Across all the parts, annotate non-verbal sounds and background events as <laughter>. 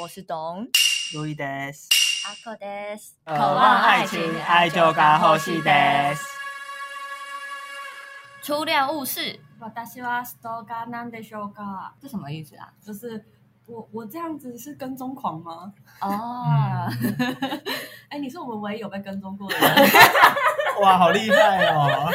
我是董路易德斯，阿克德斯，渴望爱情，爱就该呼吸德斯。初恋物事，私はストーカーなんでしょうか？这什么意思啊？就是我我这样子是跟踪狂吗？嗯哦，哎，你是我们唯一有被跟踪过的 <laughs> 人，哇，好厉害哦！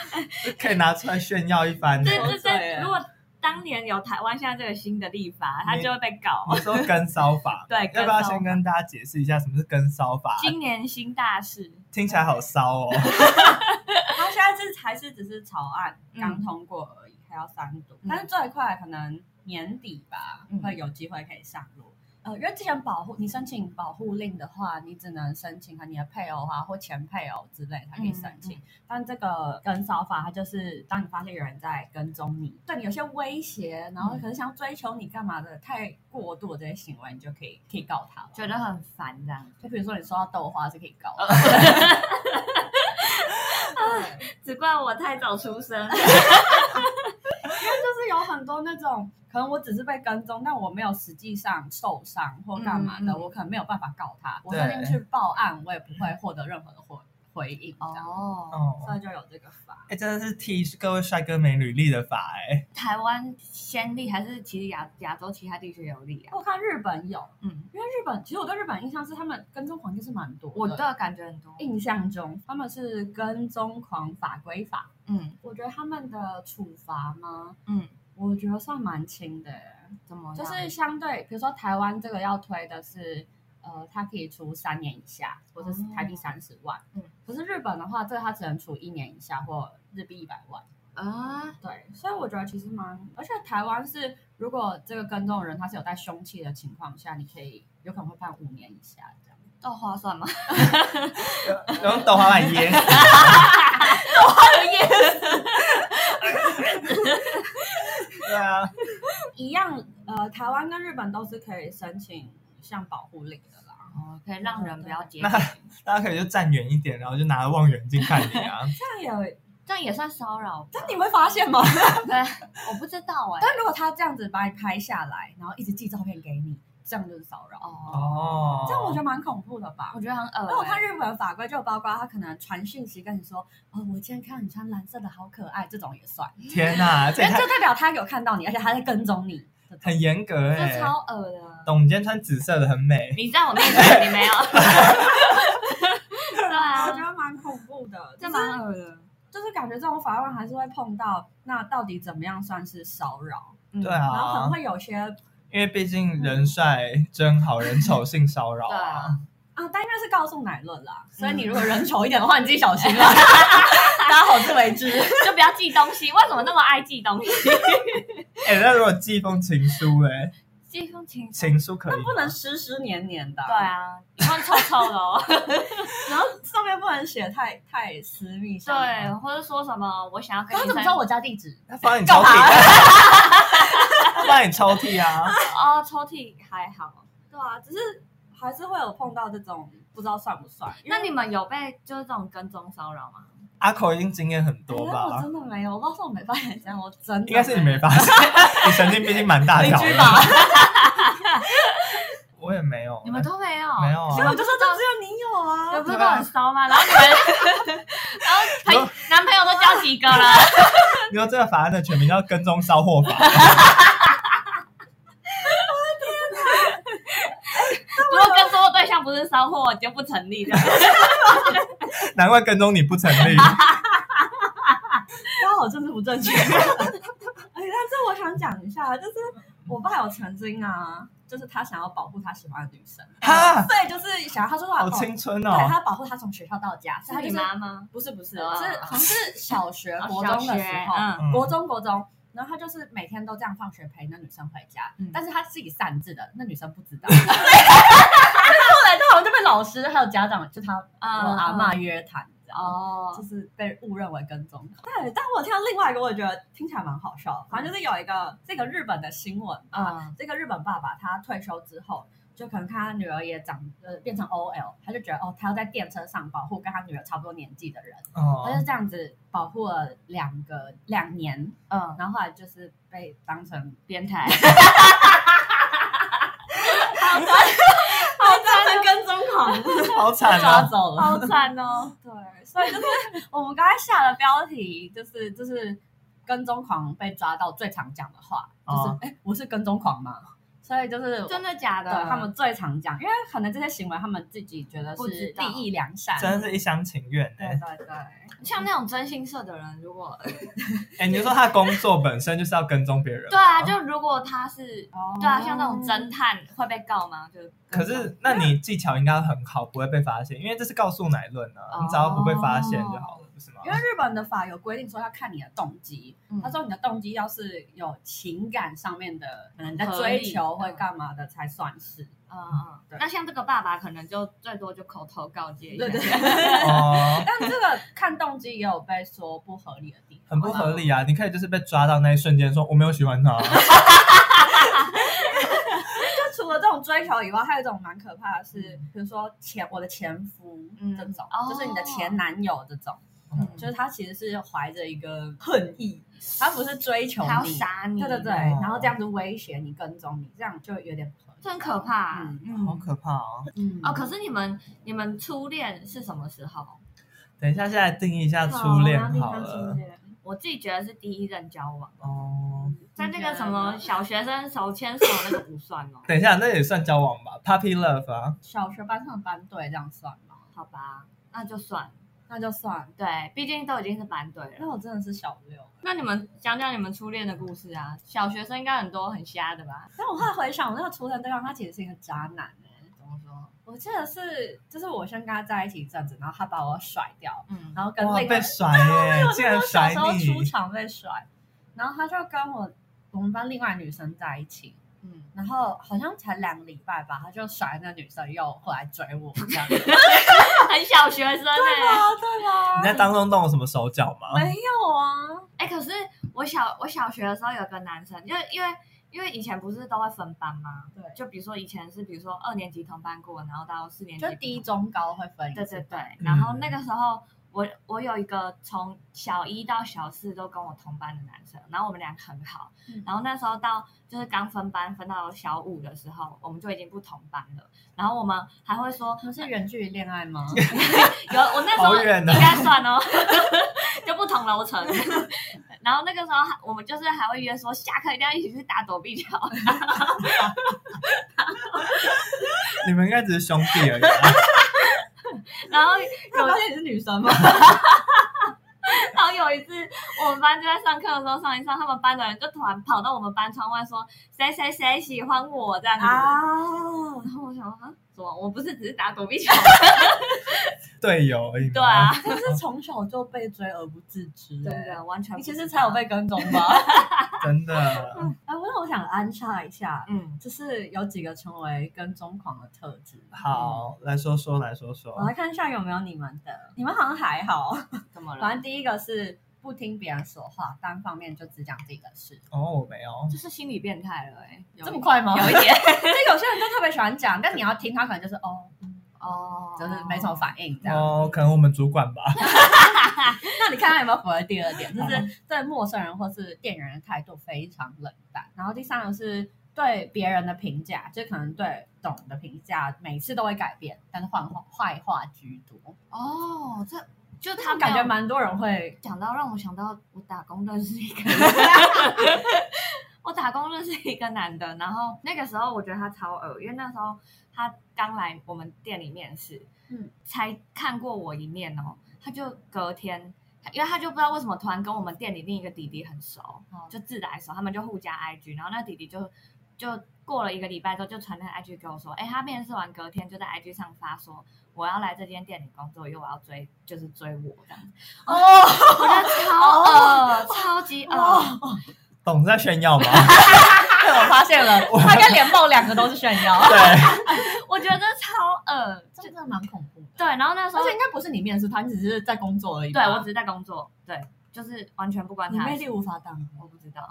<laughs> 可以拿出来炫耀一番呢。哦这对这对这，如果当年有台湾现在这个新的立嗯法，他就会被告。，<laughs> 你说跟骚法对要跟不骚要先跟大家解释一下什么是跟骚法？今年新大事，听起来好骚哦。他现在是还是只是草案嗯刚通过而已，还要三读，嗯但是最快可能年底吧嗯，会有机会可以上路。呃，因为之前保护你申请保护令的话，你只能申请和你的配偶啊或前配偶之类才可以申请。但这个跟骚法，它就是当你发现有人在跟踪你，对你有些威胁，然后可能想要追求你干嘛的，太过度的这些行为，你就可以可以告他了。觉得很烦这样。就比如说你收到豆花是可以 <laughs> 告的，对只怪我太早出生，就是有很多那种，可能我只是被跟踪，但我没有实际上受伤或干嘛的，嗯嗯我可能没有办法告他，我对甚至去报案，我也不会获得任何的回回应。哦，哦，哦所，以就有这个法。哎，真的是替各位帅哥美女立的法哎。 <laughs> 台湾先例还是其实亚亚洲其他地区有例啊？我看日本有，嗯，因为日本其实我对日本印象是他们跟踪狂就是蛮多的，我都有感觉很多。印象中他们是跟踪狂法规法，嗯我觉得他们的处罚吗？嗯，我觉得算蛮轻的耶。怎么样就是相对，比如说台湾这个要推的是，呃，它可以出三年以下，或者是台币哦三十万。嗯，可是日本的话，这个它只能出一年以下或日币一百万。啊？对，所以我觉得其实蛮，而且台湾是，如果这个跟踪人他是有带凶器的情况下，你可以有可能会判五年以下这样。豆花算吗？用豆花来噎死。 <laughs> 对啊，一样，呃，台湾跟日本都是可以申请像保护令的啦。哦，可以让人不要接那 <laughs> 近，大家可以就站远一点，然后就拿着望远镜看你啊。这样也，这样也算骚扰吧？但你会发现 <laughs> 吗？我不知道哎。 <laughs> 但如果他这样子把你拍下来，然后一直寄照片给你，这样就是骚扰。哦，哦，这样我觉得蛮恐怖的吧我。觉得很恶那我看欸日本的法规就包括他可能传讯息跟你说，哦，我今天看到你穿蓝色的好可爱，这种也算，天 <laughs> 哪，这因也为太就代表他有看到你，而且他在跟踪你。这种很严格哎这。超恶的。董，你今天穿紫色的很美。你在我面前，你没有。 <laughs> 对我啊觉，得蛮恐怖的，这就是蛮恶的。就是感觉这种法案还是会碰到，那到底怎么样算是骚扰？嗯对然后可能啊，会有些啊，因为毕竟人帅真好，人丑性骚扰对嗯啊啊。但应该是告诉乃论啦，所以你嗯如果人丑一点的话，你自己小心啦。 <laughs> 大家好自为之。 <laughs> 就不要寄东西。为什么那么爱寄东西？ <laughs> 哎，那如果寄封情书哎， <laughs> 寄封情书情书可以吗不能湿湿黏黏的啊、对啊，以后臭臭的 <laughs> 哦。然后上面不能写太太私密上面。对，或者说什么我想要跟他你怎么在知道我家地址？他放在你抽屉，他 <laughs> 放在你抽屉啊。哦，抽屉还好。对啊，只是还是会有碰到这种不知道算不算。那你们有被就是这种跟踪骚扰吗？阿口一定经验很因多为我吧？哎真的没有，我告诉我没发现这样，我真的啊应该是你没发 <laughs> 现，你神经毕竟蛮大条邻 <laughs> 居吧的。我也没有，你们都没有，没有所以我啊？就说就只有你有啊。有不是都很骚吗？然后你们， <laughs> 然后朋男朋友都交几个了？你说这个法案的全名叫《跟踪骚货法》如果跟踪的对象不是骚货，就不成 <laughs> 立的。难怪跟踪你不成立。刚好政治不正确。 <laughs> 哎，但是我想讲一下，就是我爸有曾经啊，就是他想要保护他喜欢的女生，哈，对，就是想要他说他好青春对，哦！他保护他从学校到家，所是以他就你是妈吗？不是不是，哦是好像是小学、哦国中的时候，小学嗯国中国中，然后他就是每天都这样放学陪那女生回家，嗯但是他自己擅自的，那女生不知道。后来他好像就被老师还有家长，就他我嗯阿嬷约谈，哦，哦就，是被误认为跟踪。嗯对，但我听到另外一个，我觉得听起来蛮好笑的，反正就是有一个这个日本的新闻啊，嗯这个日本爸爸他退休之后，就可能看他女儿也长呃变成 OL，他就觉得哦，他要在电车上保护跟他女儿差不多年纪的人，他就哦，这样子保护了两个两年，嗯， <laughs> 然后后来就是被当成变态。好惨，好惨哦的跟踪 <laughs> 狂，好惨 <laughs> 抓啊！走了。好惨 <laughs> 哦！对，所以就是我们刚才下的标题，就是就是跟踪狂被抓到最常讲的话，就是哦哎、诶我是跟踪狂嘛，所以就是真的假对的？他们最常讲，因为可能这些行为他们自己觉得不是知道利益良善，真的是一厢情愿对哎、对对，像那种真心社的人，如果哎、你就说他的工作本身就是要跟踪别人吗， <laughs> 对啊，就如果他是哦对啊，像那种侦探会被告吗？就可是，那你技巧应该很好，不会被发现，因为这是告诉乃论啊，你只要不被发现就好了，不是吗？哦因为日本的法有规定说要看你的动机，嗯他说你的动机要是有情感上面的，可能你在合追理求嗯会干嘛的才算是。嗯嗯，对那像这个爸爸可能就最多就口头告诫一下对，对，哦， <laughs> 但这个看动机也有被说不合理的地很方，不合理啊！你可以就是被抓到那一瞬间说我没有喜欢 <laughs> 他，就除了这种追求以外，还有一种蛮可怕的是，比如说前我的前夫嗯这种，哦就是你的前男友这种，嗯就是他其实是怀着一个恨意，他不是追求他要你，杀你，对对对，哦然后这样子威胁你、跟踪你，这样就有点不合理这很可怕。啊嗯好可怕哦！嗯哦，可是你们你们初恋是什么时候？等一下，现在定义一下初恋好了。我自己觉得是第一任交往，哦，，在那个什么小学生手牵手那个不算哦等一下，那也算交往吧，puppy love 啊。小学班上的班队这样算吗？好吧，那就算。那就算。对，毕竟都已经是班队了。那我真的是小六，那你们讲讲你们初恋的故事啊？小学生应该很多很瞎的吧？但我后来回想，我那个初恋对象他其实是一个渣男哎、怎么说？我记得是，就是我先跟他在一起一阵子，然后他把我甩掉，嗯，然后跟哇，另一个哦哎被甩耶！竟然 <laughs> 我小甩时候出你！场被甩，然后他就跟我我们班另外女生在一起，嗯，然后好像才两个礼拜吧，他就甩那女生又回来追我，这样对 <laughs> 很小学生哎、吗？对啊吗？你在当中动了什么手脚吗？ <laughs> 没有啊，哎、可是我小我小学的时候有个男生，因为因为因为以前不是都会分班吗？对就比如说以前是比如说二年级同班过，然后到四年级就低中高会分一对次，对对，嗯然后那个时候我我有一个从小一到小四都跟我同班的男生，然后我们俩很好，嗯然后那时候到就是刚分班分到小五的时候，我们就已经不同班了，然后我们还会说你们是远距离恋爱吗？有我那时候好远应哦该算哦， <laughs> 就不同楼层。 <laughs> 然后那个时候还我们就是还会约说下课一定要一起去打躲避球， <laughs> <laughs> 你们应该只是兄 <laughs> 弟而已啊。然后他发现你是女生吗？然后有一次，我们班就在上课的时候上一上，他们班的人就突然跑到我们班窗外说：“谁谁谁喜欢我这样子。啊，然后我想说，啊，怎么？我不是只是打躲避球？队友而已嘛。对啊，真是从小就被追而不自知、欸对对，完全不你知其道实才有被跟踪吧？ <laughs> 真的。哎，我我想安插一下，嗯，就是有几个成为跟踪狂的特质。好，来说说，来说说啊我。来看一下有没有你们的，你们好像还好。怎么 <laughs> 反了正？第一个是不听别人说话，单方面就只讲自己的事，哦，我没有。这是心理变态了哎、有一这么快吗？有一 <laughs> 点就有些人就特别喜欢讲，但你要听他可能就是哦，哦，就是没什么反应这样。哦，可能我们主管吧。那 <laughs> 你看他有没有符合第二点，就是对陌生人或是店员的态度非常冷淡。然后第三个是对别人的评价，就可能对懂的评价每次都会改变，但是换话坏话居多。哦，这就他他们感觉蛮蛮多人会讲到让我想到我打工认识一个。 <laughs> 我打工认识一个男的，然后那个时候我觉得他超恶，因为那时候他刚来我们店里面试，嗯，才看过我一面哦，他就隔天，因为他就不知道为什么突然跟我们店里另一个弟弟很熟，哦就自来熟，他们就互加 IG，然后那弟弟就就过了一个礼拜之后就传那个 IG 给我说，哎，他面试完隔天就在 IG 上发说我要来这间店里工作，因为我要追就是追我这样子，哦， <laughs> 我觉得超恶，超级呃恶。董在 <laughs> 炫耀吗？被我发现了，他跟连爆两个都是炫耀， <laughs> 对，我觉得超恶。真的蛮恐怖的。对，然后那时候而且应该不是你面试他，你只是在工作而已对吧。我只是在工作，对，就是完全不关你他的魅事力。无法挡。哦我不知道， <laughs>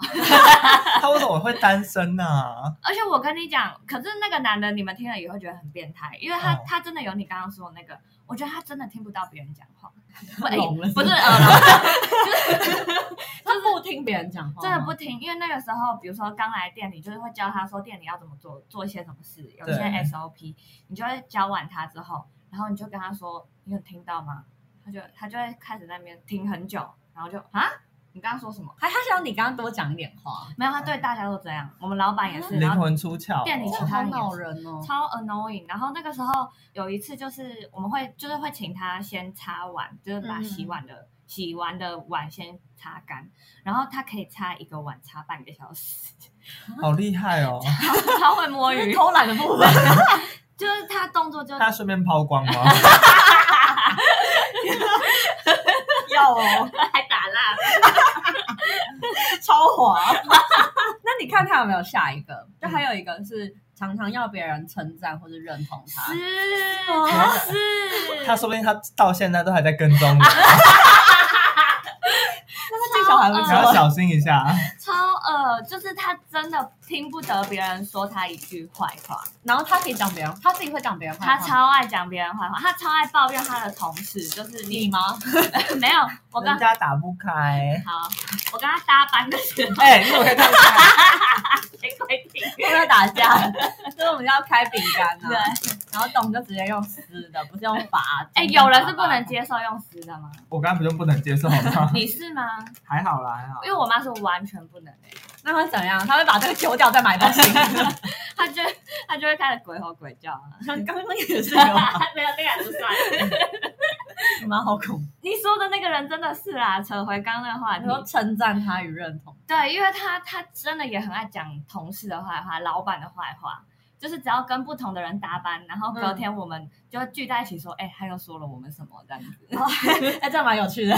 他为什么会单身啊呢、而且我跟你讲，可是那个男的，你们听了也会觉得很变态，因为他、嗯哦他真的有你刚刚说的那个，我觉得他真的听不到别人讲话，不聋了是不 <laughs> 不是是呃耳聋，他不听别人讲话真吗，的哦不听，因为那个时候，比如说刚来店里，就是会教他说店里要怎么做，做一些什么事，有一些对 SOP，你就会教完他之后，然后你就跟他说，你有听到吗？他就他就会开始在那边听很久，然后就啊，你刚刚说什么？还他想你刚刚多讲一点话，没有，他对大家都这样，我们老板也是，啊灵然后魂出窍、店里真其的哦，他好人也是恼人哦。超 annoying。然后那个时候有一次，就是我们会就是会请他先擦碗，就是把嗯洗碗的、洗完的碗先擦干，然后他可以擦一个碗擦半个小时， <laughs> 好厉害哦！超会摸这鱼是。偷懒的部分， <laughs> 就是他动作就他顺便抛光吗？ <laughs> <laughs> 要哦，还打蜡，超滑。 <laughs> 那你看他有没有下一个？就还有一个是常常要别人称赞或者认同他，是是，他说不定他到现在都还在跟 <laughs> 踪你，啊那这小孩不你知要道。小心一下。超恶，就是他真的听不得别人说他一句坏话，然后他可以讲别人，他自己会讲别人坏话他吗。超爱讲别人坏话，他超爱抱怨他的同事，就是你你吗？ <laughs> 没有， <laughs> 我跟人家打不开，好，我跟他搭班的时候哎、你怎么可以这样看？谁规定？会不会打架？就是我们要开饼干对，啊，然后董就直接用撕的，不是用拔。哎，有人是不能。接受用撕的吗？我刚刚不就不能接受吗？你是吗？还好啦，还好因。 <laughs> 为我妈是完全不能欸的，那会怎样？他会把这个丢掉再买东西。她就她就会开始鬼吼鬼叫啊。 <laughs> 刚刚那个也是 <laughs> 有，<laughs> 没有，啊那个还不算。蛮好恐怖。你说的那个人真的是啦，扯回刚刚那个话你说题。称赞他与认同，对，因为他他真的也很爱讲同事的坏话、老板的坏话，就是只要跟不同的人搭班，然后隔天我们就会聚在一起说，哎、他又说了我们什么这样子。 <laughs> 哎，这样蛮有趣的。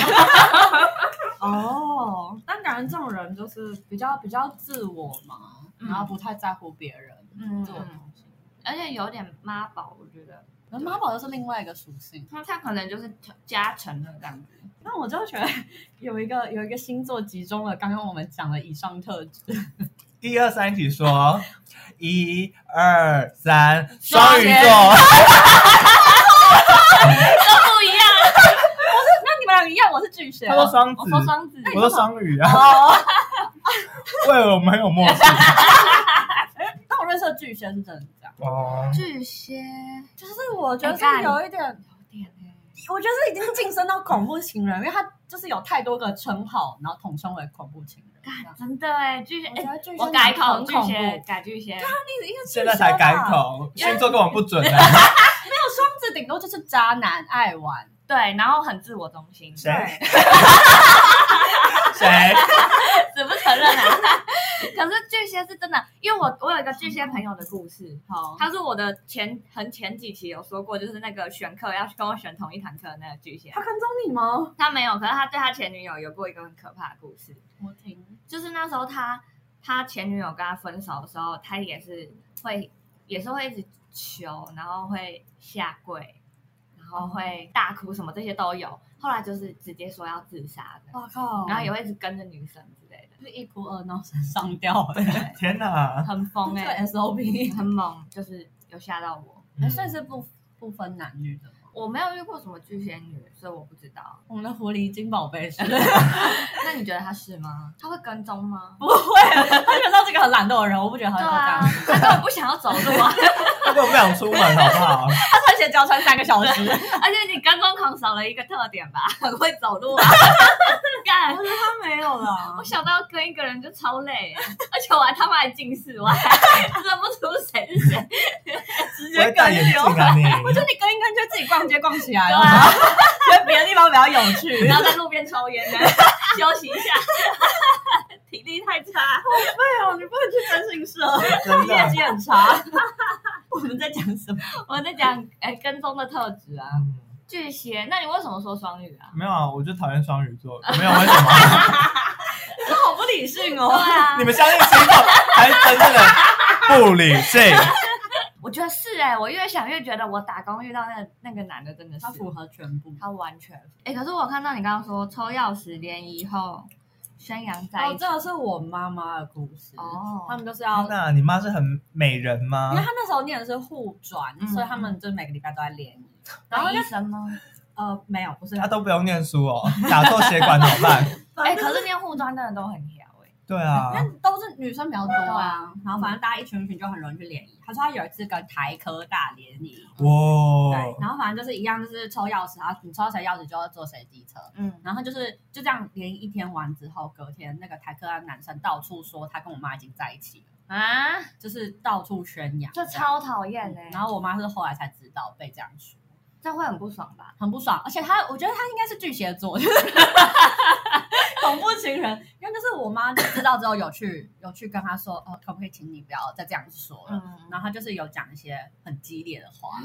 <laughs> 哦，但感觉这种人就是比较比较自我嘛，嗯然后不太在乎别人嗯做的东西。而且有点妈宝，我觉得可是妈宝又是另外一个属性。他他可能就是加成的这样子。那我就觉得有一个有一个星座集中了刚刚我们讲的以上特质，一二三，一起说，一二三，双鱼双鱼座。哦不一样，那啊你们俩一样，我是巨蟹他说双子我，说双子，我说双鱼啊， <laughs> <laughs> 哦，为了我们很有 <laughs> 默契但我认识的巨蟹是真的是这样，哦。巨蟹就是我觉得是哎干有一点，有点欸我觉得是已经晋升到恐怖情人，因为他就是有太多个称号，然后统称为恐怖情人。这样真的哎，巨蟹我觉哎，得巨蟹我改口很巨恐怖，蟹，改巨蟹，你应该现在才改没有 <laughs> 口，星座根本不准 <laughs> 啊！双子，顶多就是渣男爱玩，对，然后很自我中心，谁谁？怎么承认啊？ <laughs> 可是巨蟹是真的，因为我我有一个巨蟹朋友的故事，好，他是我的前很前几期有说过，就是那个选课要跟我选同一堂课的那个巨蟹，跟踪你吗？他没有，可是他对他前女友有过一个很可怕的故事，我听，就是那时候他他前女友跟他分手的时候，他也是会也是会一直求，然后会下跪，然后会大哭，什么这些都有。后来就是直接说要自杀的，我靠，然后也会一直跟着女生之类就是一哭二闹三上 <laughs> 吊，的，天哪！很疯这哎、个 <laughs> SOP 很猛，就是有吓到我。嗯哎，所以是不不分男女的吗？我没有遇过什么巨蟹女，所以我不知道。我们的狐狸精宝 <laughs> 贝是，那你觉得她是吗？她会跟踪吗？不会，他觉得这个很懒惰的人，我不觉得他会对做这啊样。，她根本不想要走路啊！ <laughs> 他根本不想出门，好不 <laughs> 好？他穿鞋只要穿三个小 <laughs> 时，而且你跟踪狂少了一个特点吧，很会走路啊！ <laughs> 干，他没有啦我。想到跟一个人就超累耶，而且我还他妈还近视，我还认不出谁是谁。直我会戴眼镜啊 <laughs> 你！就 <laughs> 你跟一跟就自己逛街逛起来对了，啊， <laughs> 觉得别的地方比较有 <laughs> 趣。然后在路边抽烟呢，休息一下，体力太差。对哦，你不能去征信 <laughs> 社，真 <laughs> 业的。绩很差。 <laughs> 我们在讲什么？我在讲哎跟踪的特质啊，嗯巨蟹。那你为什么说双鱼啊？没有啊，我就讨厌双鱼 <laughs> 座，没有为什么？ <laughs> 这好不理性哦对。啊 <laughs> 你，们相信星座才是真正的不理性。我觉得是哎、我越想越觉得我打工遇到那个那个男的真的是它符合全部。他完全哎、可是我看到你刚刚说抽钥匙联谊后宣扬在哦一，起这个是我妈妈的故事。哦他们就是要，因那你妈是很美人吗为？她那时候念的是护专，嗯所以他们就每个礼拜都在联谊。然当后就医生吗？呃，没有，不是啊她都不用念书哦，打错血管怎么 <laughs> 办？哎、可是念护专真的都很挑哎、对啊，那都是女生比较多啊，然后反正大家一群一群就很容易去联谊。他说他有一次跟台科大联谊，哦对，哇，然后反正就是一样，就是抽钥匙，然后你抽到谁钥匙就要坐谁机车。嗯，然后就是就这样联谊一天完之后，隔天那个台科大男生到处说他跟我妈已经在一起了，啊，就是到处宣扬，这超讨厌哎，嗯然后我妈是后来才知道被这样说，这样会很不爽吧？很不爽。而且她，我觉得她应该是巨蟹座，就是 <laughs> 恐怖情人。因为就是我妈就知道之后有去有去跟她说，哦，可不可以请你不要再这样说了？嗯，然后她就是有讲一些很激烈的话，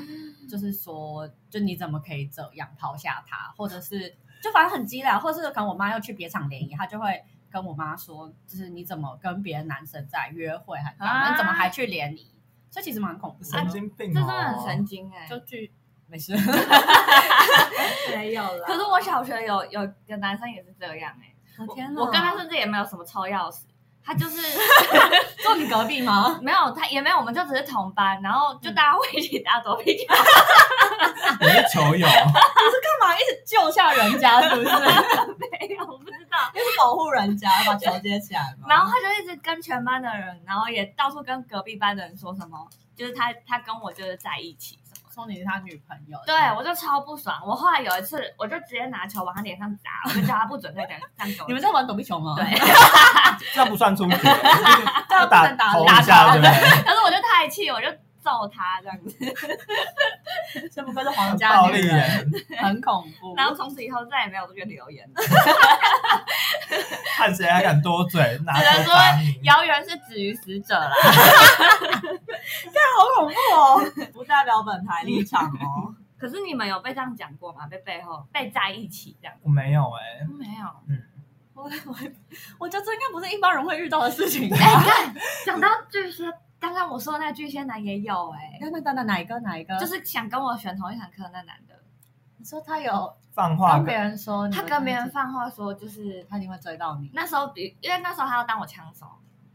就是说，就你怎么可以这样抛下他，或者是就反正很激烈啊，或者是可能我妈要去别场联谊，她就会。跟我妈说，就是你怎么跟别的男生在约会还干嘛，啊你怎么还去联谊？所以其实蛮恐怖的，神经病、哦，这真的很神经哎、就去 <laughs> 没事。没有了。可是我小学有有个男生也是这样哎、我我天哪！我跟他甚至也没有什么抽钥匙，他就是坐你隔 <laughs> 壁吗？没有他也没有，我们就只是同班，然后就大家会一起打躲避球。你是球 <laughs> 友，干嘛一直救下人家？是不 <laughs> 是？因没有，我不知 <laughs> 道。为保护人家，把球接起来嘛。然后他就一直跟全班的人，然后也到处跟隔壁班的人说什么，就是他他跟我就是在一起什么。嗯说你是他女朋友。对，我就超不爽。我后来有一次，我就直接拿球往他脸上砸，我就叫他不准再这样这样给我。你们在玩躲避球吗？对， <laughs> 这样不算出局，这要样不打能打头打一下，头对不对？可是我就太气，我就揍他这样子。 <laughs> 这不愧是皇家暴女力人， <laughs> 人，很恐怖。然后从此以后再也没有这个留言了。看谁还敢多嘴，拿只能头说打你。谣言是止于死者啦。好恐怖哦，不代表本台立场哦。可是你们有被这样讲过吗？被背后被在一起这样？我没有哎、没有。我我 <laughs> 我觉得这应该不是一般人会遇到的事情。哎、你看， <laughs> 讲到巨蟹，刚刚我说的那巨蟹男也有哎、等等等等，哪一个哪一个？就是想跟我选同一堂课的那男的，你说他有放话跟别人说，他跟嗯别人，放话说，就是他一定会追到你。那时候比，因为那时候他要当我枪手，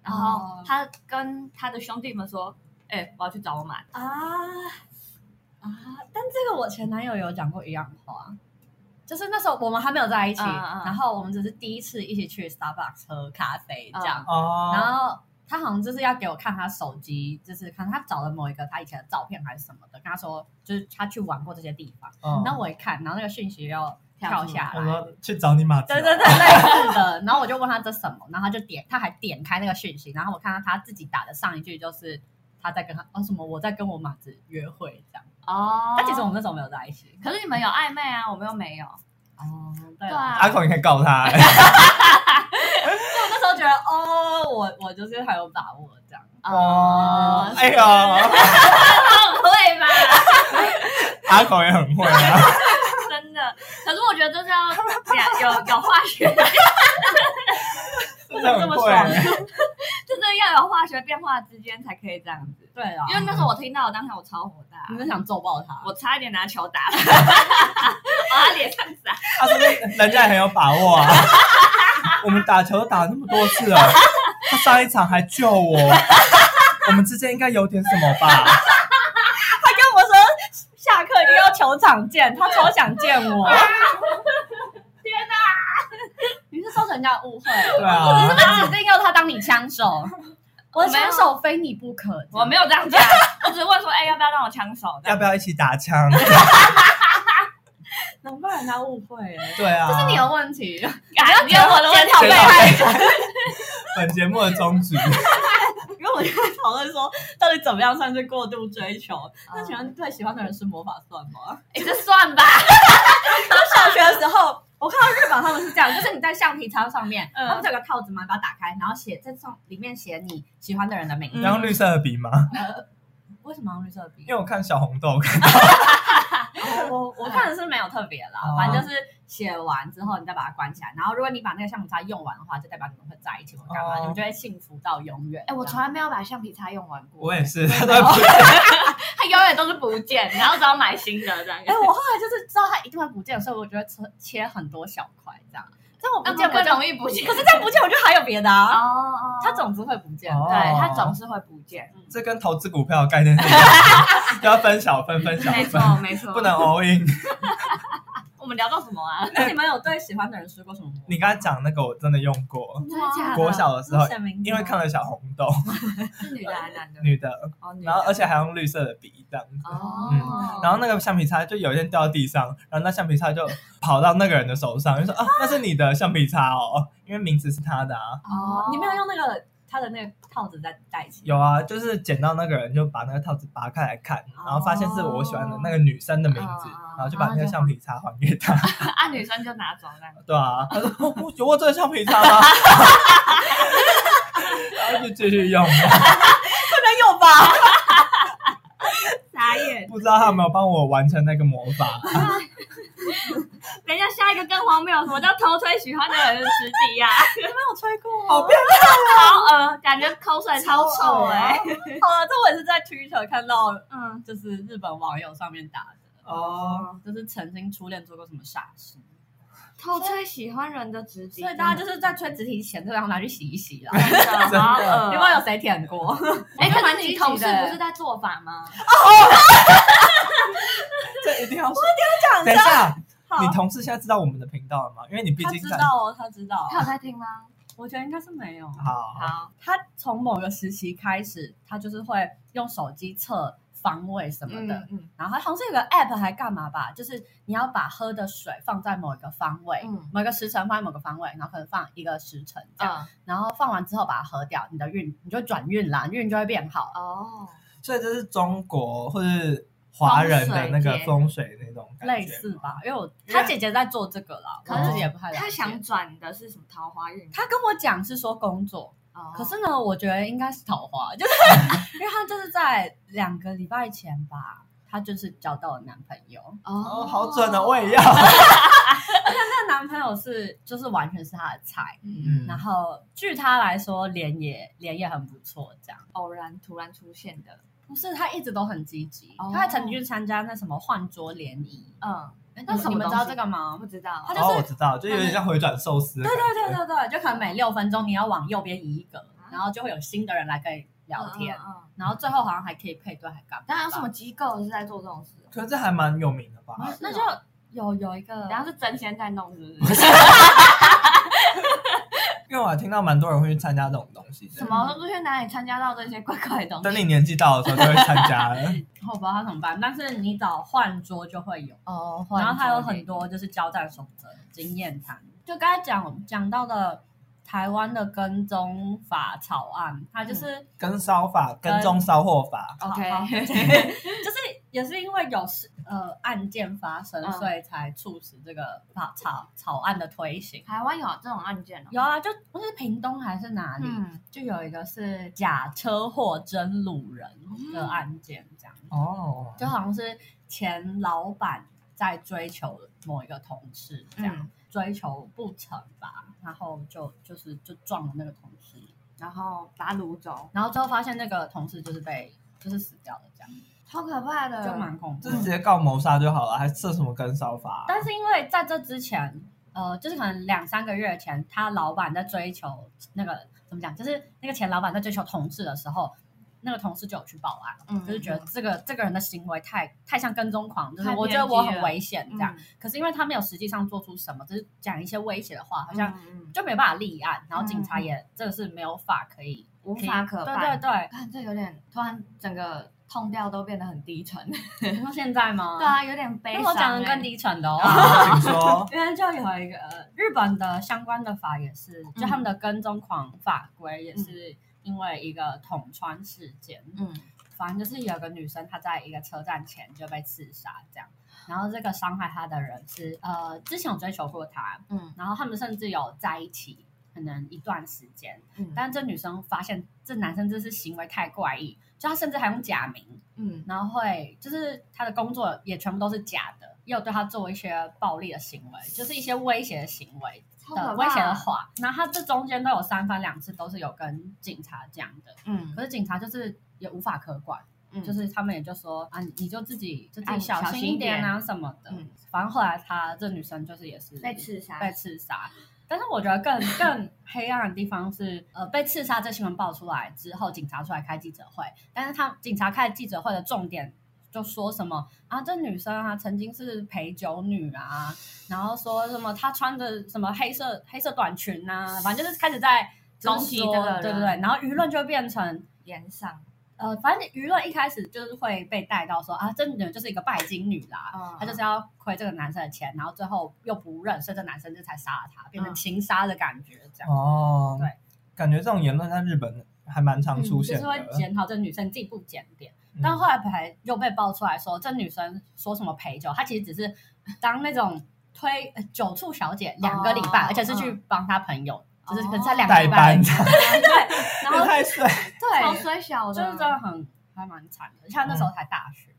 然后哦他跟他的兄弟们说：“哎、我要去找我妈。啊啊！但这个我前男友有讲过一样话，就是那时候我们还没有在一起，嗯嗯嗯然后我们只是第一次一起去 Starbucks 喝咖啡这样，哦，然后。他好像就是要给我看他手机，就是看他找了某一个他以前的照片还是什么的，跟他说就是他去玩过这些地方。嗯然后我一看，然后那个讯息又跳下我来，说去找你马子哦，对对对，类似的。然后我就问他这什么，然后他就点，他还点开那个讯息，然后我看到他自己打的上一句就是他在跟他哦什么我在跟我马子约会这样。”哦但其实我们那时候没有在一起。可是你们有暧昧啊，我们又没有。哦，对对啊，啊，阿孔你可以告他、哎我那时候觉得，哦，我我就是很有把握这样。哦， <laughs> 哎呦，很 <laughs> 会吧？阿孔也很会啊， <laughs> <laughs> 真的。可是我觉得这是要两有有化学， <laughs> 真的这很么会、爽就是要有化学变化之间才可以这样子。对啊，因为那时候我听到，当下我超火大你，是想揍爆他？我差一点拿球打他，往他脸上砸。他说人家也很有把握 <laughs> 啊。我们打球打了那么多次了，他上一场还救我，我们之间应该有点什么吧？他跟我说下课一定要球场见，他超想见 <laughs> 我。天哪！你是造成人家误会，对啊你是，不是指定要他当你枪手？我的枪手非你不可。我没有这样讲，我只是问说，哎、要不要让我枪手？要不要一起打枪？能不能人家误会，哎对啊，这是你的问题。要要给我的问检讨题被检对讨一下本节目的 <laughs> 宗旨，因为我们就在讨论说，到底怎么样算是过度追求？那请问对喜欢的人施魔法算吗？你哎这算吧。上学的时候，我看到日本他们是这样，就是你在橡皮擦上面，嗯他们这有个套子嘛，把它打开，然后写在上里面写你喜欢的人的名字。要用绿色的笔吗？为什么要用绿色笔因？为我看小红豆，我 <laughs> 我看的是没有特别啦，哦反正就是写完之后你再把它关起来，然后如果你把那个橡皮擦用完的话，就代表你们会在一起或干嘛，哦哎 <laughs> 你们就会幸福到永远。哎、我从来没有把橡皮擦用完过。我也是，他都不不见，然后只好买新的这样。哎、我后来就是知道它一定会不见，所以我觉得切切很多小块这样。这样我不那见就我更就，容易不见。 <laughs> 可是这啊样不见，我就还有别的哦啊。哦，它总是会不见。哦对它总是会不见。 <laughs> 这跟投资股票的概念是一样的 <laughs> 要分小分，分小没分，错没错，不能 all in。我们聊到什么啊？那你们有对喜欢的人说过什么吗？你刚才讲那个，我真的用过。真的假的国小的时候是，名字吗因为看了小红豆，是女的还是男的？女的，哦，女的。然后而且还用绿色的笔这样子。哦嗯，然后那个橡皮擦就有一天掉到地上，然后那橡皮擦就跑到那个人的手上，就说啊，那是你的橡皮擦哦，因为名字是他的啊。哦你没有用那个它的那个套子在戴起？有啊，就是捡到那个人就把那个套子拔开来看，然后发现是我喜欢的那个女生的名字，哦然后就把那个橡皮擦还给他。啊，女生就拿走那个。对啊，他说哦我有过这个橡皮擦吗？然后就继续用，不能有吧？傻眼！不知道他有没有帮我完成那个魔法。等一下，下一个更荒谬，什么叫偷吹喜欢的人的实体 <laughs> 呀？你没有吹过？好变超恶，感觉口水啊超臭哎。啊 <laughs> 好了，这我也是在 Twitter 看到，嗯，就是日本网友上面打的，哦，就是曾经初恋做过什么傻事，偷吹喜欢人的纸笔，所以大家就是在吹纸体前，就然后拿去洗一洗啦。真啊的好恶。有没有有谁舔过？哎，我觉得可蛮是你积极同事的不是在做法吗？这啊一定要说。讲等一下，好你同事现在知道我们的频道了吗？因为你毕他竟知在道哦，他知道。他有在听吗？我觉得应该是没有。好，好，他从某个时期开始，他就是会用手机测方位什么嗯的。嗯然后好像是有个 app 还干嘛吧，就是你要把喝的水放在某一个方位，嗯某一个时辰放在某个方位，然后可能放一个时辰这样，嗯，然后放完之后把它喝掉，你的运你就转运啦，你运就会变好。哦，所以这是中国或是华人的那个风水那种感觉，类似吧，因为我他姐姐在做这个啦，可我是自己也不太了解。他想，转的是什么桃花运？他跟我讲是说工作，哦可是呢，我觉得应该是桃花， <laughs> 就是因为他就是在两个礼拜前吧，他就是交到了男朋友，哦，好准啊！我也要。那男朋友是就是完全是他的菜，嗯，嗯然后据他来说，脸也脸也很不错，这样偶然突然出现的，不是他一直都很积极，哦他还曾经去参加那什么换桌联谊，嗯，哎那你什么你们知东道西这个吗不？知道他，就哦，我知道，就有点像回转寿司的感对觉。对对对对，就可能每六分钟你要往右边移一格，然后就会有新的人来跟你聊天，嗯，嗯嗯然后最后好像还可以配对，还干嘛？当然有什么机构是在做这种事？可是这还蛮有名的吧？嗯那是就哦有有一个，然后是真仙在弄，是不是？因为我还听到蛮多人会去参加这种东西 <laughs> 的。什么出去哪里参加到这些怪怪的东等西？你年纪到的时候就会参加 <laughs> 了。我不知道他怎么办，但是你找换桌就会有， <laughs> 哦，然后他有很多就是交战守则、经验谈，就刚才讲讲到的。台湾的跟踪法草案，它就是、跟梢法、跟踪梢货法，好 OK <laughs> 好就是也是因为有事呃案件发生，嗯所以才促使这个法草草案的推行。台湾有这种案件哦。有啊，就不是屏东还是哪里，嗯，就有一个是假车祸真路人嗯的案件，这样、哦，就好像是前老板在追求某一个同事，这样、嗯追求不成吧，然后就就是就撞了那个同事，然后把他掳走，然后之后发现那个同事就是被就是死掉了，这样、超可怕的，就蛮恐怖就的。直接告谋杀就好了，还设什么跟梢法？但是因为在这之前，呃，就是可能两三个月前，他老板在追求呃那个怎么讲，就是那个前老板在追求同事的时候，那个同事就有去报案，嗯就是觉得这个这个人的行为太太像跟踪狂，就是太我觉得偏激我很了危险这样。嗯可是因为他没有实际上做出什么，只是讲一些威胁的话，好像嗯嗯嗯就没办法立案，然后警察嗯嗯也这个是没有法可以。无法可对办。对看这有点突然，整个痛调都变得很低 <laughs> 沉。对，你说现在吗？对，啊，有点悲因伤为欸。我讲的更低 <laughs> 沉的哦。。啊请说因为就有一个呃日本的相关的法也是，就他们的跟踪狂法规也是因为一个捅穿事件，嗯，反正就是有个女生她在一个车站前就被刺杀这样，然后这个伤害她的人是呃之前有追求过她，嗯然后他们甚至有在一起可能一段时间，嗯但这女生发现这男生真是行为太怪异，就他甚至还用假名，嗯然后会就是他的工作也全部都是假的，也有对他做一些暴力的行为，就是一些威胁的行为超的可威胁的怕。话。然后他这中间都有三番两次都是有跟警察讲的，嗯可是警察就是也无法可管，嗯就是他们也就说啊，你你就自己就自己啊小小心心一一点啊什么的。嗯反正后来她这女生就是也是被刺杀被刺杀。但是我觉得更更黑暗的地方是，呃，被刺杀这新闻爆出来之后，警察出来开记者会，但是他警察开记者会的重点就说什么啊，这女生啊曾经是陪酒女啊，然后说什么她穿着什么黑色黑色短裙啊，反正就是开始在攻击就是这说个人对不对？然后舆论就会变成延上，呃，反正舆论一开始就是会被带到说啊，这女人就是一个拜金女啦，嗯她就是要亏这个男生的钱，然后最后又不认，所以这男生就才杀了她，变成嗯情杀的感觉这样。哦， <laughs> 对，感觉这种言论在日本还蛮常嗯出就现是的。会检讨这女生自己不检点，嗯但后来才又被爆出来说，这女生说什么陪酒，她其实只是当那种推呃酒醋小姐两个礼拜，哦而且是去帮她朋友，就是可能才两个代礼拜而班已，的， <laughs> 对，<laughs> 然这后太帅。对，超衰小就是的，真的很还蛮惨的，像那时候才大学，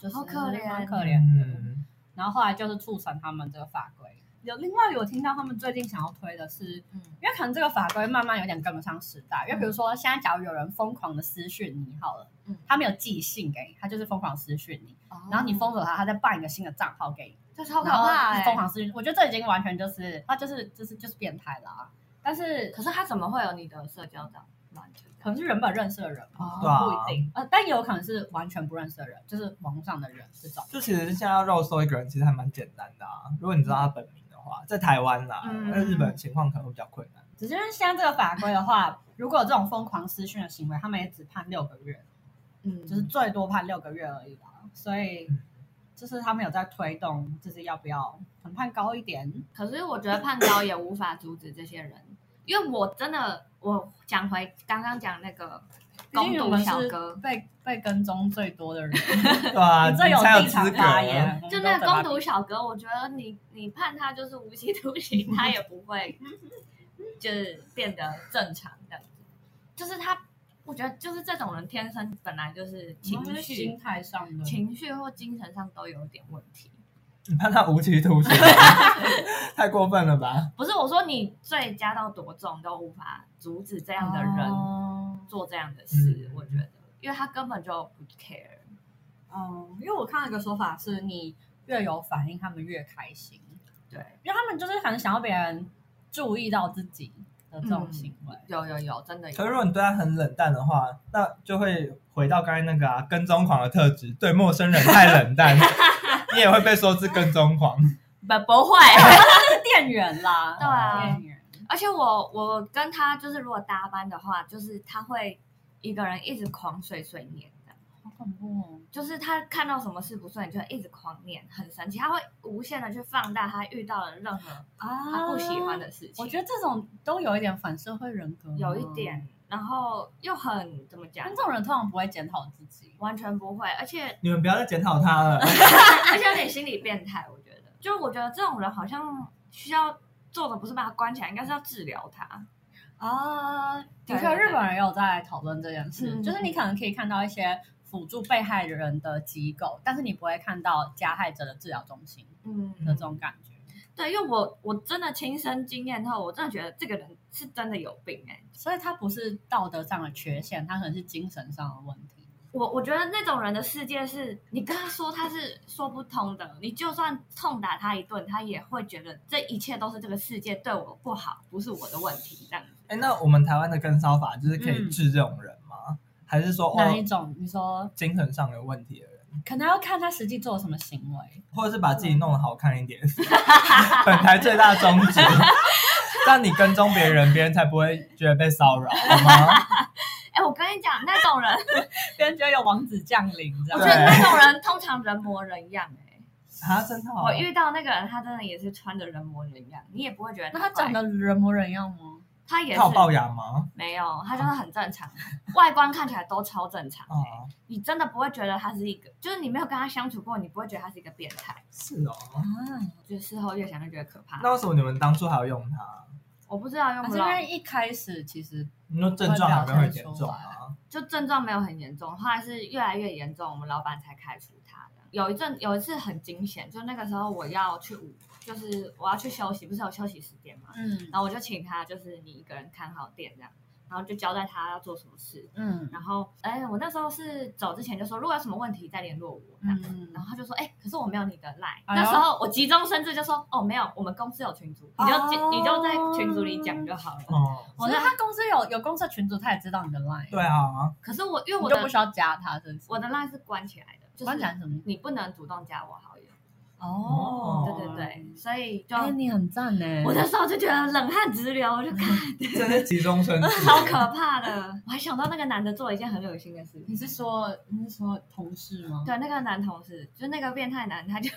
就是好可怜蛮嗯可怜哦的。嗯，然后后来就是促成他们这个法规。有另外有听到他们最近想要推的是，嗯因为可能这个法规慢慢有点跟不上时代。因为比如说现在，假如有人疯狂的私讯你好了，嗯他没有寄信给你，他就是疯狂私讯你，哦然后你封锁他，他再办一个新的账号给你，这超可然后怕欸疯狂私讯。我觉得这已经完全就是他就是就是就是变态了啊！但是可是他怎么会有你的社交账乱七八可能是原本认识的人吧，糟对啊不一定，呃，但也有可能是完全不认识的人，就是网络上的人这种。就其实现在要肉搜一个人，其实还蛮简单的啊。如果你知道他本名的话，在台湾啦，嗯在日本情况可能会比较困难。只是因为现在这个法规的话，如果有这种疯狂私讯的行为，他们也只判六个月，嗯，就是最多判六个月而已啦。所以嗯就是他们有在推动，就是要不要可能判高一点？可是我觉得判高也无法阻止这些人，因为我真的，我讲回刚刚讲那个毕攻竟我读们是小哥，被被跟踪最多的人， <laughs> 对啊，你这有才有立资场啊格发言，就那个攻读小哥，我觉得你你判他就是无期徒刑，他也不会 <laughs> 就是变得正常的，就是他，我觉得就是这种人天生本来就是情情绪、绪心、态上的。情绪或精神上都有点问题。你判他无期徒 <laughs> 刑，太过分了吧？不是我说你罪加到多重都无法阻止这样的人哦做这样的事，嗯我觉得，因为他根本就不 care。嗯，因为我看到一个说法是，你越有反应，他们越开心，对，因为他们就是很想要别人注意到自己的这种嗯行为。有有有，真的有。可是如果你对他很冷淡的话，那就会回到刚才那个啊，跟踪狂的特质，对陌生人太冷 <laughs> 淡，你也会被说是跟踪狂。不嗯不 <laughs> 会，是店员啦，对啊店员，而且我我跟他就是如果搭班的话，就是他会一个人一直狂碎碎念的，好恐怖哦！就是他看到什么事不顺眼就一直狂念，很生气，他会无限的去放大他遇到了任何啊他不喜欢，的事情。我觉得这种都有一点反社会人格，有一。点，然后又很怎么讲但，这种人通常不会检讨自己，完全不会，而且 <laughs> 你们不要再检讨他 <laughs> 了。而且有点心理变态，我觉得，就是我觉得这种人好像需要做的不是把他关起来，应该是要治疗他。啊。的对确，对对日本人也有在讨论这件事，嗯就是你可能可以看到一些辅助被害人的机构，但是你不会看到加害者的治疗中心嗯，的这种感觉。对，因为我我真的亲身经验后，我真的觉得这个人是真的有病哎、所以他不是道德上的缺陷，他可能是精神上的问题。我我觉得那种人的世界是，你跟他说他是说不通的，你就算痛打他一顿，他也会觉得这一切都是这个世界对我不好，不是我的问题这样子。哎、那我们台湾的跟骚法就是可以治这种人吗？还是说哪一哦，种？你说精神上有问题的人，可能要看他实际做了什么行 <laughs> 为。或者是把自己弄得好看 <laughs> 一点？本台最大宗旨，让你跟踪别人，别人才不会觉得被骚扰，好吗？哎，我跟你讲，那种人，别人觉得有王子降临，这我样觉得那种人通常人模人样哎、啊，真的、哦，我遇到那个人，他真的也是穿着人模人样，你也不会觉得那他怪长得人模人样吗？他也他是有龅牙吗？没有，他就是很正常，外观看起来都超正常、哦，你真的不会觉得他是一个，就是你没有跟他相处过，你不会觉得他是一个变态，是哦。啊，就是事后越想越觉得可怕。那为什么你们当初还要用它？我不知道用不可啊是因用，为一开始其实你说症状还没有很严重吗？就症状没有很严重，后来是越来越严重，我们老板才开除他的。有一阵有一次很惊险，就那个时候我要去午，就是我要去休息，不是有休息时间吗？嗯然后我就请他，就是你一个人看好店这样。然后就交代他要做什么事。嗯然后，哎，我那时候是走之前就说，如果有什么问题再联络我。这样嗯然后他就说，哎，可是我没有你的 line。哎呦那时候我急中生智就说，哦，没有，我们公司有群组，你就、哦你就在群组里讲就好了。哦，我我那那他公司有有公司的群组，他也知道你的 line，对啊，可是我因为你我就不的需要加他，是不是？我的 line 是关起来的，就是关起来什么意思？你不能主动加我好友。哦对对对，所以就、哎，你很赞呢。我那时候就觉得冷汗直流，我就看 <laughs> 真是急中生智，欸超可怕的。我还想到那个男的做了一件很恶心的事情。 <laughs> 你是说你是说同事吗？对，那个男同事，就那个变态男， <laughs> 他就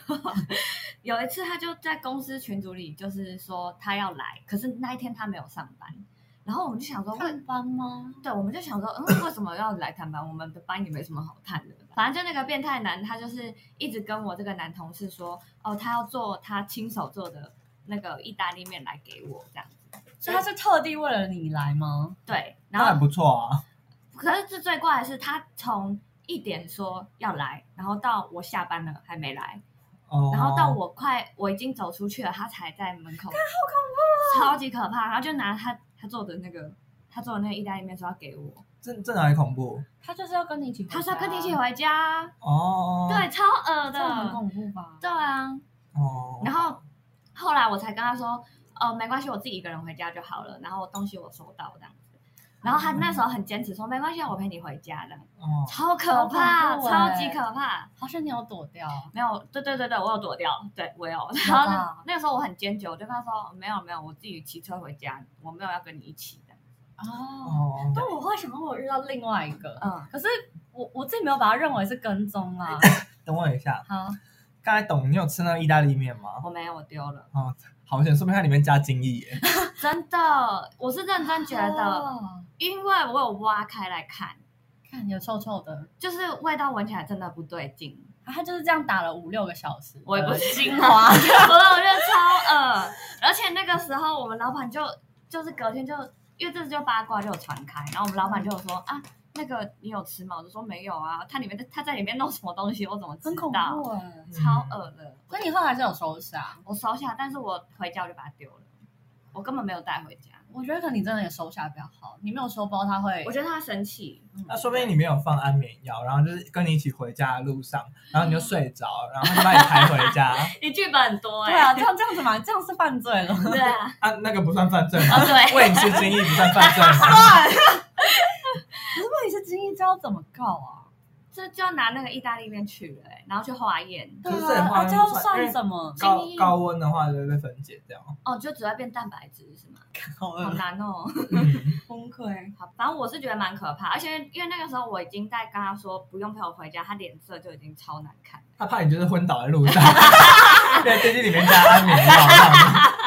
有一次，他就在公司群组里，就是说他要来，可是那一天他没有上班，然后我们就想说，为探班吗？对，我们就想说，嗯，为什么要来探班？我们的班也没什么好探的。反正就那个变态男，他就是一直跟我这个男同事说，哦，他要做他亲手做的那个意大利面来给我这样子。所以他是特地为了你来吗？对，然那后很不错啊。可是最最怪的是，他从一点说要来，然后到我下班了还没来，哦，然后到我快我已经走出去了，他才在门口，好恐怖、超级可怕。然后就拿他他做的那个他做的那个意大利面说要给我，这这哪里恐怖他就是要跟你一起回家，他说要跟你一起回家，哦？对，超恶这很的，恐怖吧？对啊。哦，然后后来我才跟他说，呃，没关系，我自己一个人回家就好了，然后东西我收到这样子。然后他那时候很坚持说，没关系，我陪你回家这样，哦，超可怕，好恐怖超欸级可怕。好像你有躲掉，没有，对对对对，我有躲掉，对我有。有然后吧那那个时候我很坚决，我就跟他说没有没有，我自己骑车回家，我没有要跟你一起的。哦，哦，但我会想到我遇到另外一 <laughs> 个，嗯，可是我我自己没有把它认为是跟踪 <laughs> 啦。等我一下，好，刚才董，你有吃那个意大利面吗？我没有，我丢了，哦，好险，说不定它里面加精益耶。真的，我是认真觉得，哦因为我有挖开来看，看有臭臭的，就是味道闻起来真的不对劲，啊他就是这样打了五六个小时，我也不是呃 <laughs> 精华。我我觉得超恶，而且那个时候我们老板就就是隔天就因为这就八卦就有传开，然后我们老板就有说嗯啊。那个你有吃吗？我就说没有啊，它里面他在里面弄什么东西，我怎么知很恐道？怖哎！超恶的。所以你后来是有收拾啊？我收下，但是我回家我就把它丢了，我根本没有带回家。我觉得可能你真的也收下比较好，你没有收包他会我觉得他生气，那说不定里面有放安眠药，然后就是跟你一起回家的路上，然后你就睡着，然后他就把你抬回 <laughs> 家你剧本很多欸对啊， <laughs> 这样这样子嘛，这样是犯罪了。对啊，啊，那个不算犯罪吗？哦对喂你吃精益不算犯罪吗？可是问题是精英要怎么告啊？这就要拿那个意大利面去了、欸，然后去化验，可是这对也啊，话啊就这要算算什么？高精益高温的话就会被分解掉。哦，就只会变蛋白质是吗？好好难哦。嗯，崩溃。好，反正我是觉得蛮可怕，而且因为那个时候我已经在跟他说不用陪我回家，他脸色就已经超难看。他怕你就是昏倒在路上，在飞机里面加安眠药这样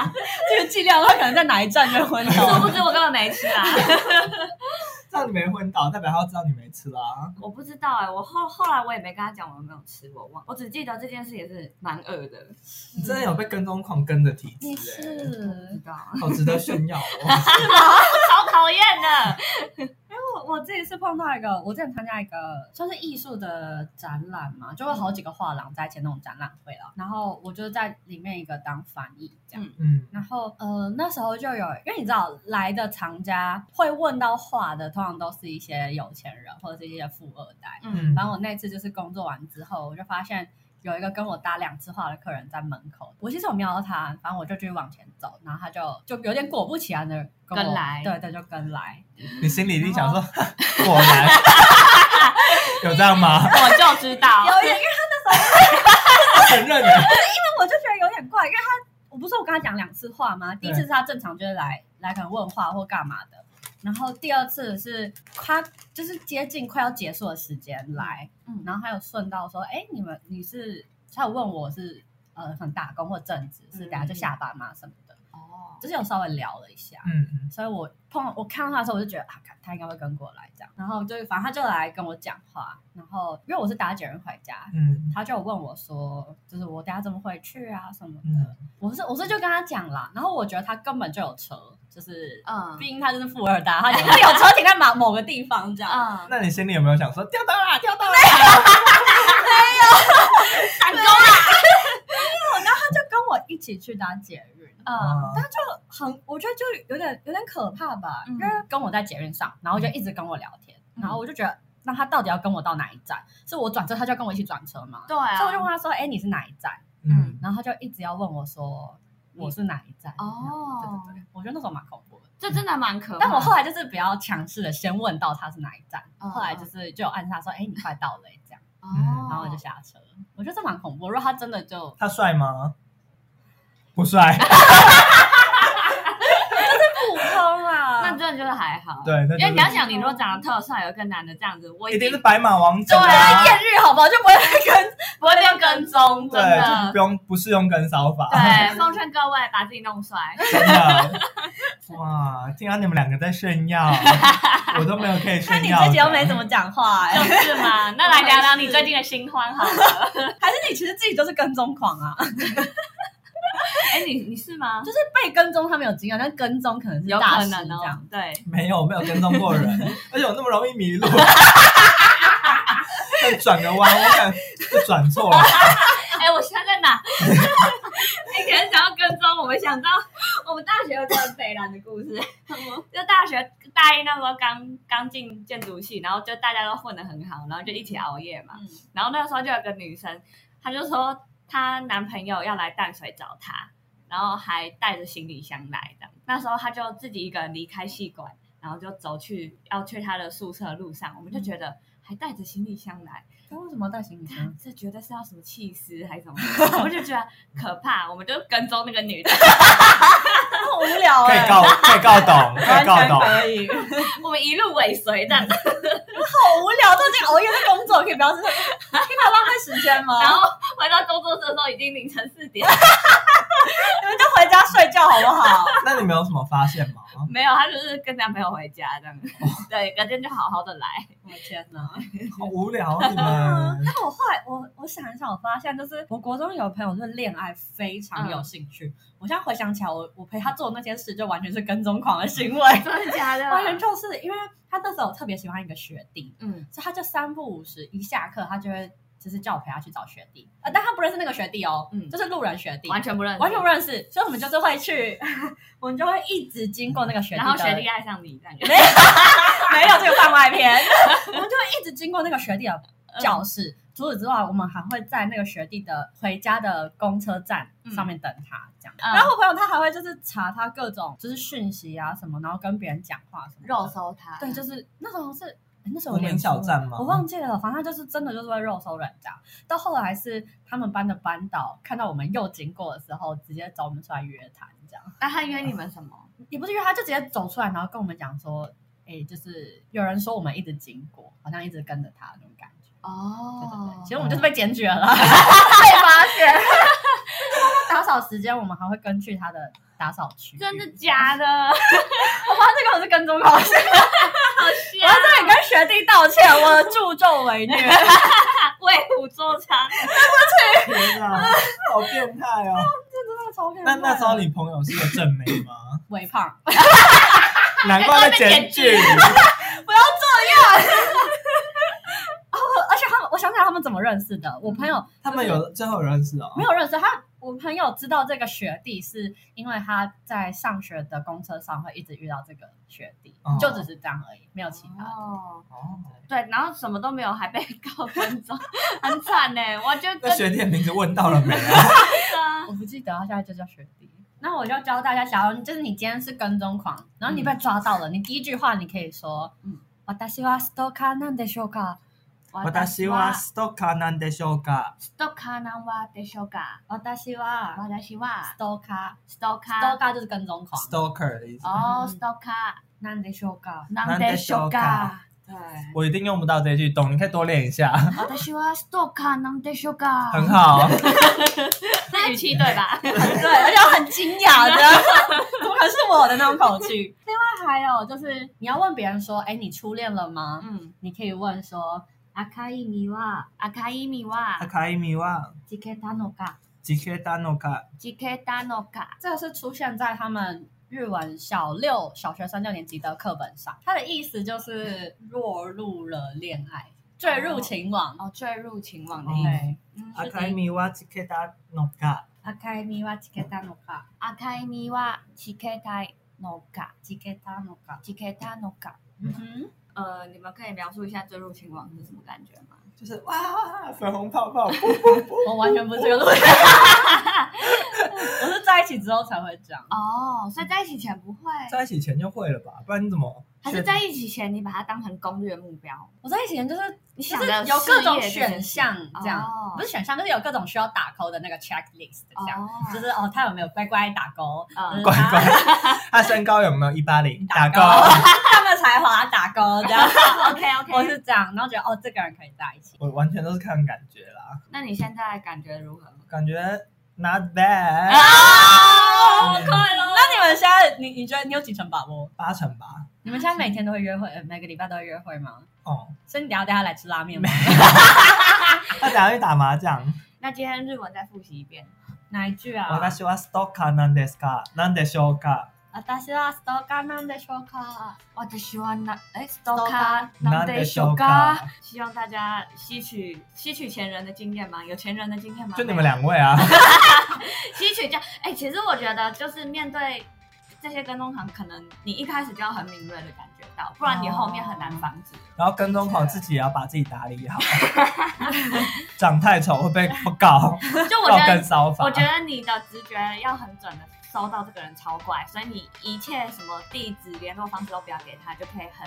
子。这个剂量，他可能在哪一站就昏殊倒。不知我根本没吃啊，知道你没昏倒，代表他知道你没吃啊啦。我不知道哎、我后后来我也没跟他讲我有没有吃，我忘，我只记得这件事也是蛮恶的， <laughs> 你真的有被跟踪狂跟的体你质、欸，不知嗯是，道。好值得炫耀哦。超讨厌的。我我自己是碰到一个，我之前参加一个算是艺术的展览嘛，就会好几个画廊在一起那种展览会了，然后我就在里面一个当翻译这样。嗯嗯，然后，呃，那时候就有，因为你知道，来的藏家会问到画的，通常都是一些有钱人或者是一些富二代。嗯，然后我那次就是工作完之后，我就发现有一个跟我搭两次话的客人在门口，我其实有瞄到他，反正我就继续往前走，然后他就就有点果不其然的跟我跟来对对，就跟来，你心里一定想说， <laughs> 果然有这 <laughs> 样吗？我哦就知道，有一点，因为承认了，我就觉得有点怪，因为他我不是我跟他讲两次话吗？第一次是他正常就是来来可能问话或干嘛的。然后第二次是他就是接近快要结束的时间来，嗯然后还有顺道说，哎，你们你是，他有问我是呃，很打工或正职，是等下就下班嘛什么的，哦，就是有稍微聊了一下。嗯，所以我碰我看到他的时候，我就觉得啊，看他应该会跟过来这样。然后就反正他就来跟我讲话，然后因为我是打九人回家，嗯他就问我说，就是我等下怎么回去啊什么的嗯。我是我是就跟他讲啦，然后我觉得他根本就有车，就是嗯毕竟他就是富二代，他就他有车停在某某个地方这样。嗯，那你心里有没有想说掉到啦，掉到啦？闪光啊，跟我一起起去搭捷运，嗯，嗯很，我觉得就有点有点可怕吧，嗯因为跟我在捷运上，然后就一直跟我聊天，嗯然后我就觉得，那他到底要跟我到哪一站？是我转车，他就要跟我一起转车吗？对啊，所以我就问他说：“哎、你是哪一站嗯？”然后他就一直要问我说：“我是哪一站？”哦这样对对对，我觉得那时候蛮恐怖的。这真的蛮可怕的。但我后来就是比较强势的，先问到他是哪一站，嗯后来就是就有暗示他说：“哎、你快到了、欸。”这样，哦，然后我就下车了。我觉得这蛮恐怖。如果他真的就他帅吗？不帅，不通啊啦那真的就是还好，，对，那因就为是你要想，你如果长得特帅，有一个男的这样子，我一定是不白马王子、对啊，艳遇好不好？就不会跟会被跟踪，真对，就是的不。用不适用跟骚法， <laughs> 对，奉劝各位把自己弄帅。 <laughs> 真的。哇，听到你们两个在炫耀，我都没有可 <laughs> 以看炫你耀的。自己又没怎么讲 <laughs> 话、哎就是嘛，那来聊聊你最近的新欢好 <laughs> 了。还是你其实自己就是跟踪狂啊？哎，你你是吗？就是被跟踪，他没有经验，但跟踪可能是有大可师能这哦样。，对，没有没有跟踪过人，而且我那么容易迷路，再转个弯，我感就转错了。哎，我现在在哪？ <laughs> 你可能想要跟踪我们，想到我们大学有段北兰的故事。 <laughs> 就大学大一那时候刚刚进建筑系，然后就大家都混得很好，然后就一起熬夜嘛。嗯然后那个时候就有个女生，她就说她男朋友要来淡水找她，然后还带着行李箱来的。那时候她就自己一个人离开戏馆，然后就走去要去她的宿舍的路上，我们就觉得。还带着行李箱来，他为什么要带行李箱？这绝对 <laughs> 是要什么气势还是什么，我就觉得可怕，我们就跟踪那个女的， <laughs> 好无聊欸可以告，可以告懂，可以哦完告全懂。可以，好我们一路尾随 <laughs> 这样子，无聊，都已经熬夜在工作，可以不要这样， <laughs> 可以不要浪费时间吗？然后回到工作室的时候已经凌晨四点， <laughs> 你们就回家睡觉好不好？那你们有什么发现吗？没有，她就是跟男朋友回家这样子，哦 <laughs> 对，隔天就好好的来，我的天哪！好无聊啊，你 <laughs> 们。但我后来我我想一想，我发现就是我国中有朋友对恋爱非常有兴趣，我现在回想起来，我我陪他做的那件事，就完全是跟踪狂的行为。 <laughs> 真的假的完全就是因为他那时候特别喜欢一个学弟，嗯，所以他就三不五时一下课，他就会就是叫我陪他去找学弟，呃，但他不认识那个学弟哦，嗯就是路人学弟，完全不认识，完全不认识，所以我们就是会去， <laughs> 我们就会一直经过那个学弟的，然后学弟爱上你，感觉没有 <laughs> 没有这个番 <laughs> 外篇，我们就会一直经过那个学弟的嗯教室。除此之外，我们还会在那个学弟的回家的公车站上面等他，这样。嗯然后我朋友他还会就是查他各种就是讯息啊什么，然后跟别人讲话什么的。肉搜他，对，就是那时候是诶那时候无有脸名书小站吗？我忘记了，反正就是真的就是会肉搜人家。到后来是他们班的班导看到我们又经过的时候，直接找我们出来约谈，这样那他约你们什么？也不是约他，就直接走出来，然后跟我们讲说，哎、就是有人说我们一直经过，好像一直跟着他那种感觉。对对对，哦其实我们就是被检举了啦， <laughs> 被发现。打扫时间，我们还会跟去他的打扫区域。 <laughs> 真的假的？ <laughs> 好我发现这个我是跟踪狂，我 <laughs> 要笑，在这里跟学弟道歉，我助纣 <laughs> 为虐。为虎作伥。天啊， <laughs> 好变态 <laughs> 哦！真的超变态那的那时候你朋友是个正妹吗？微胖， <laughs> 难怪被检举。 <laughs> 哦而且他们，我想起来他们怎么认识的。我朋友他们有最后有认识哦？没有认识他，我朋友知道这个学弟是因为他在上学的公车上会一直遇到这个学弟，哦就只是这样而已，没有其他的。哦，哦。对，然后什么都没有，还被告跟踪，很 <laughs> 惨呢。我就那真的学弟的名字问到了没啊？我不记得，他现在就叫学弟。那我就教大家，假如就是你今天是跟踪狂，然后你嗯被抓到了，你第一句话你可以说，嗯嗯，私はストーカーなんでしょうか？私はストーカーなんでしょうか？哦 stalker なんはでしょうか？私は私スはトーカー、ストー stalker。カー就是跟踪狂， stalker 的意思。哦，stalker なんでしょうか？なんでしょうか？对，我一定用不到这句，懂？你可以多练一下，私は stalker なんでしょうか？很， <laughs> 好。这语气对吧？对，而且我很惊讶的， <laughs> 怎么可能是我的那种口气？另外还有就是，你要问别人说：“哎，你初恋了吗？”嗯，你可以问说：“阿卡伊米哇，赤い意味は赤い実は吉克达诺嘎。地形だのか？ジケタノカ”这个是出现在他们日文小六小学生六年级的课本上，它的意思就是落入了恋爱，坠入情网。哦，坠入情网的意思。哦对，嗯赤い実は地形だのか？赤い実はチケたのか、阿开尼瓦奇克泰诺卡チケたのか。奇克泰诺卡。嗯哼，呃，你们可以描述一下坠入情网是什么感觉吗？就是哇，粉红泡泡，噗噗噗我完全不是这个路 <laughs> 线，我是在一起之后才会这样。哦，所以在一起前不会，在一起前就会了吧？不然你怎么还是在一起前你把它当成攻略目标？我在一起前就是你就想是的有各事业这种件选事项这样，哦不是选项，就是有各种需要打勾的那个 checklist 这样。哦，就是哦，他有没有乖乖打勾？嗯嗯，乖乖？ <laughs> 他身高有没有一八零？打勾，高。 <laughs> 他们才华打勾这样。 OK <laughs> 我 OK，是这样，然后觉得哦，这个人可以在一起。我完全都是看感觉啦，那你现在感觉 <laughs> 如何？感觉 not bad，啊嗯乐！那你们现在，你你觉得你有几成把握？八成吧。你们现在每天都会约会，呃每个礼拜都会约会吗？哦，所以你等一下带他来吃拉面吗？他等下去打麻将。那今天日文再复习一遍。哪一句啊？私はストーカーなんですか？なんでしょうか？私はストーカーなんでしょうか？我的希望那哎 s t o k Stalker a なんでしょうか？希望大家吸取吸取前人的经验嘛，有前人的经验吗？就你们两位啊， <laughs> 吸取这样，哎、其实我觉得就是面对这些跟踪狂，可能你一开始就要很敏锐的感觉到，不然你后面很难防 <laughs> 止。然后跟踪狂自己也要把自己打 <laughs> 理好，长太丑会被告就我告觉跟得，骚法。我觉得你的直觉要很准的收到这个人超怪，所以你一切什么地址、联络方式都不要给他，就可以很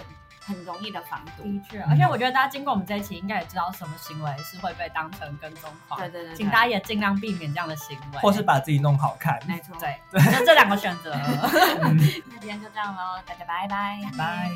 很容易的防堵。的确，而且我觉得大家经过我们这一期，应该也知道什么行为是会被当成跟踪狂。对对对对请大家也尽量避免这样的行为，或是把自己弄好看。没错，对，就这两个选择。嗯那今天就这样喽，大家拜拜，拜。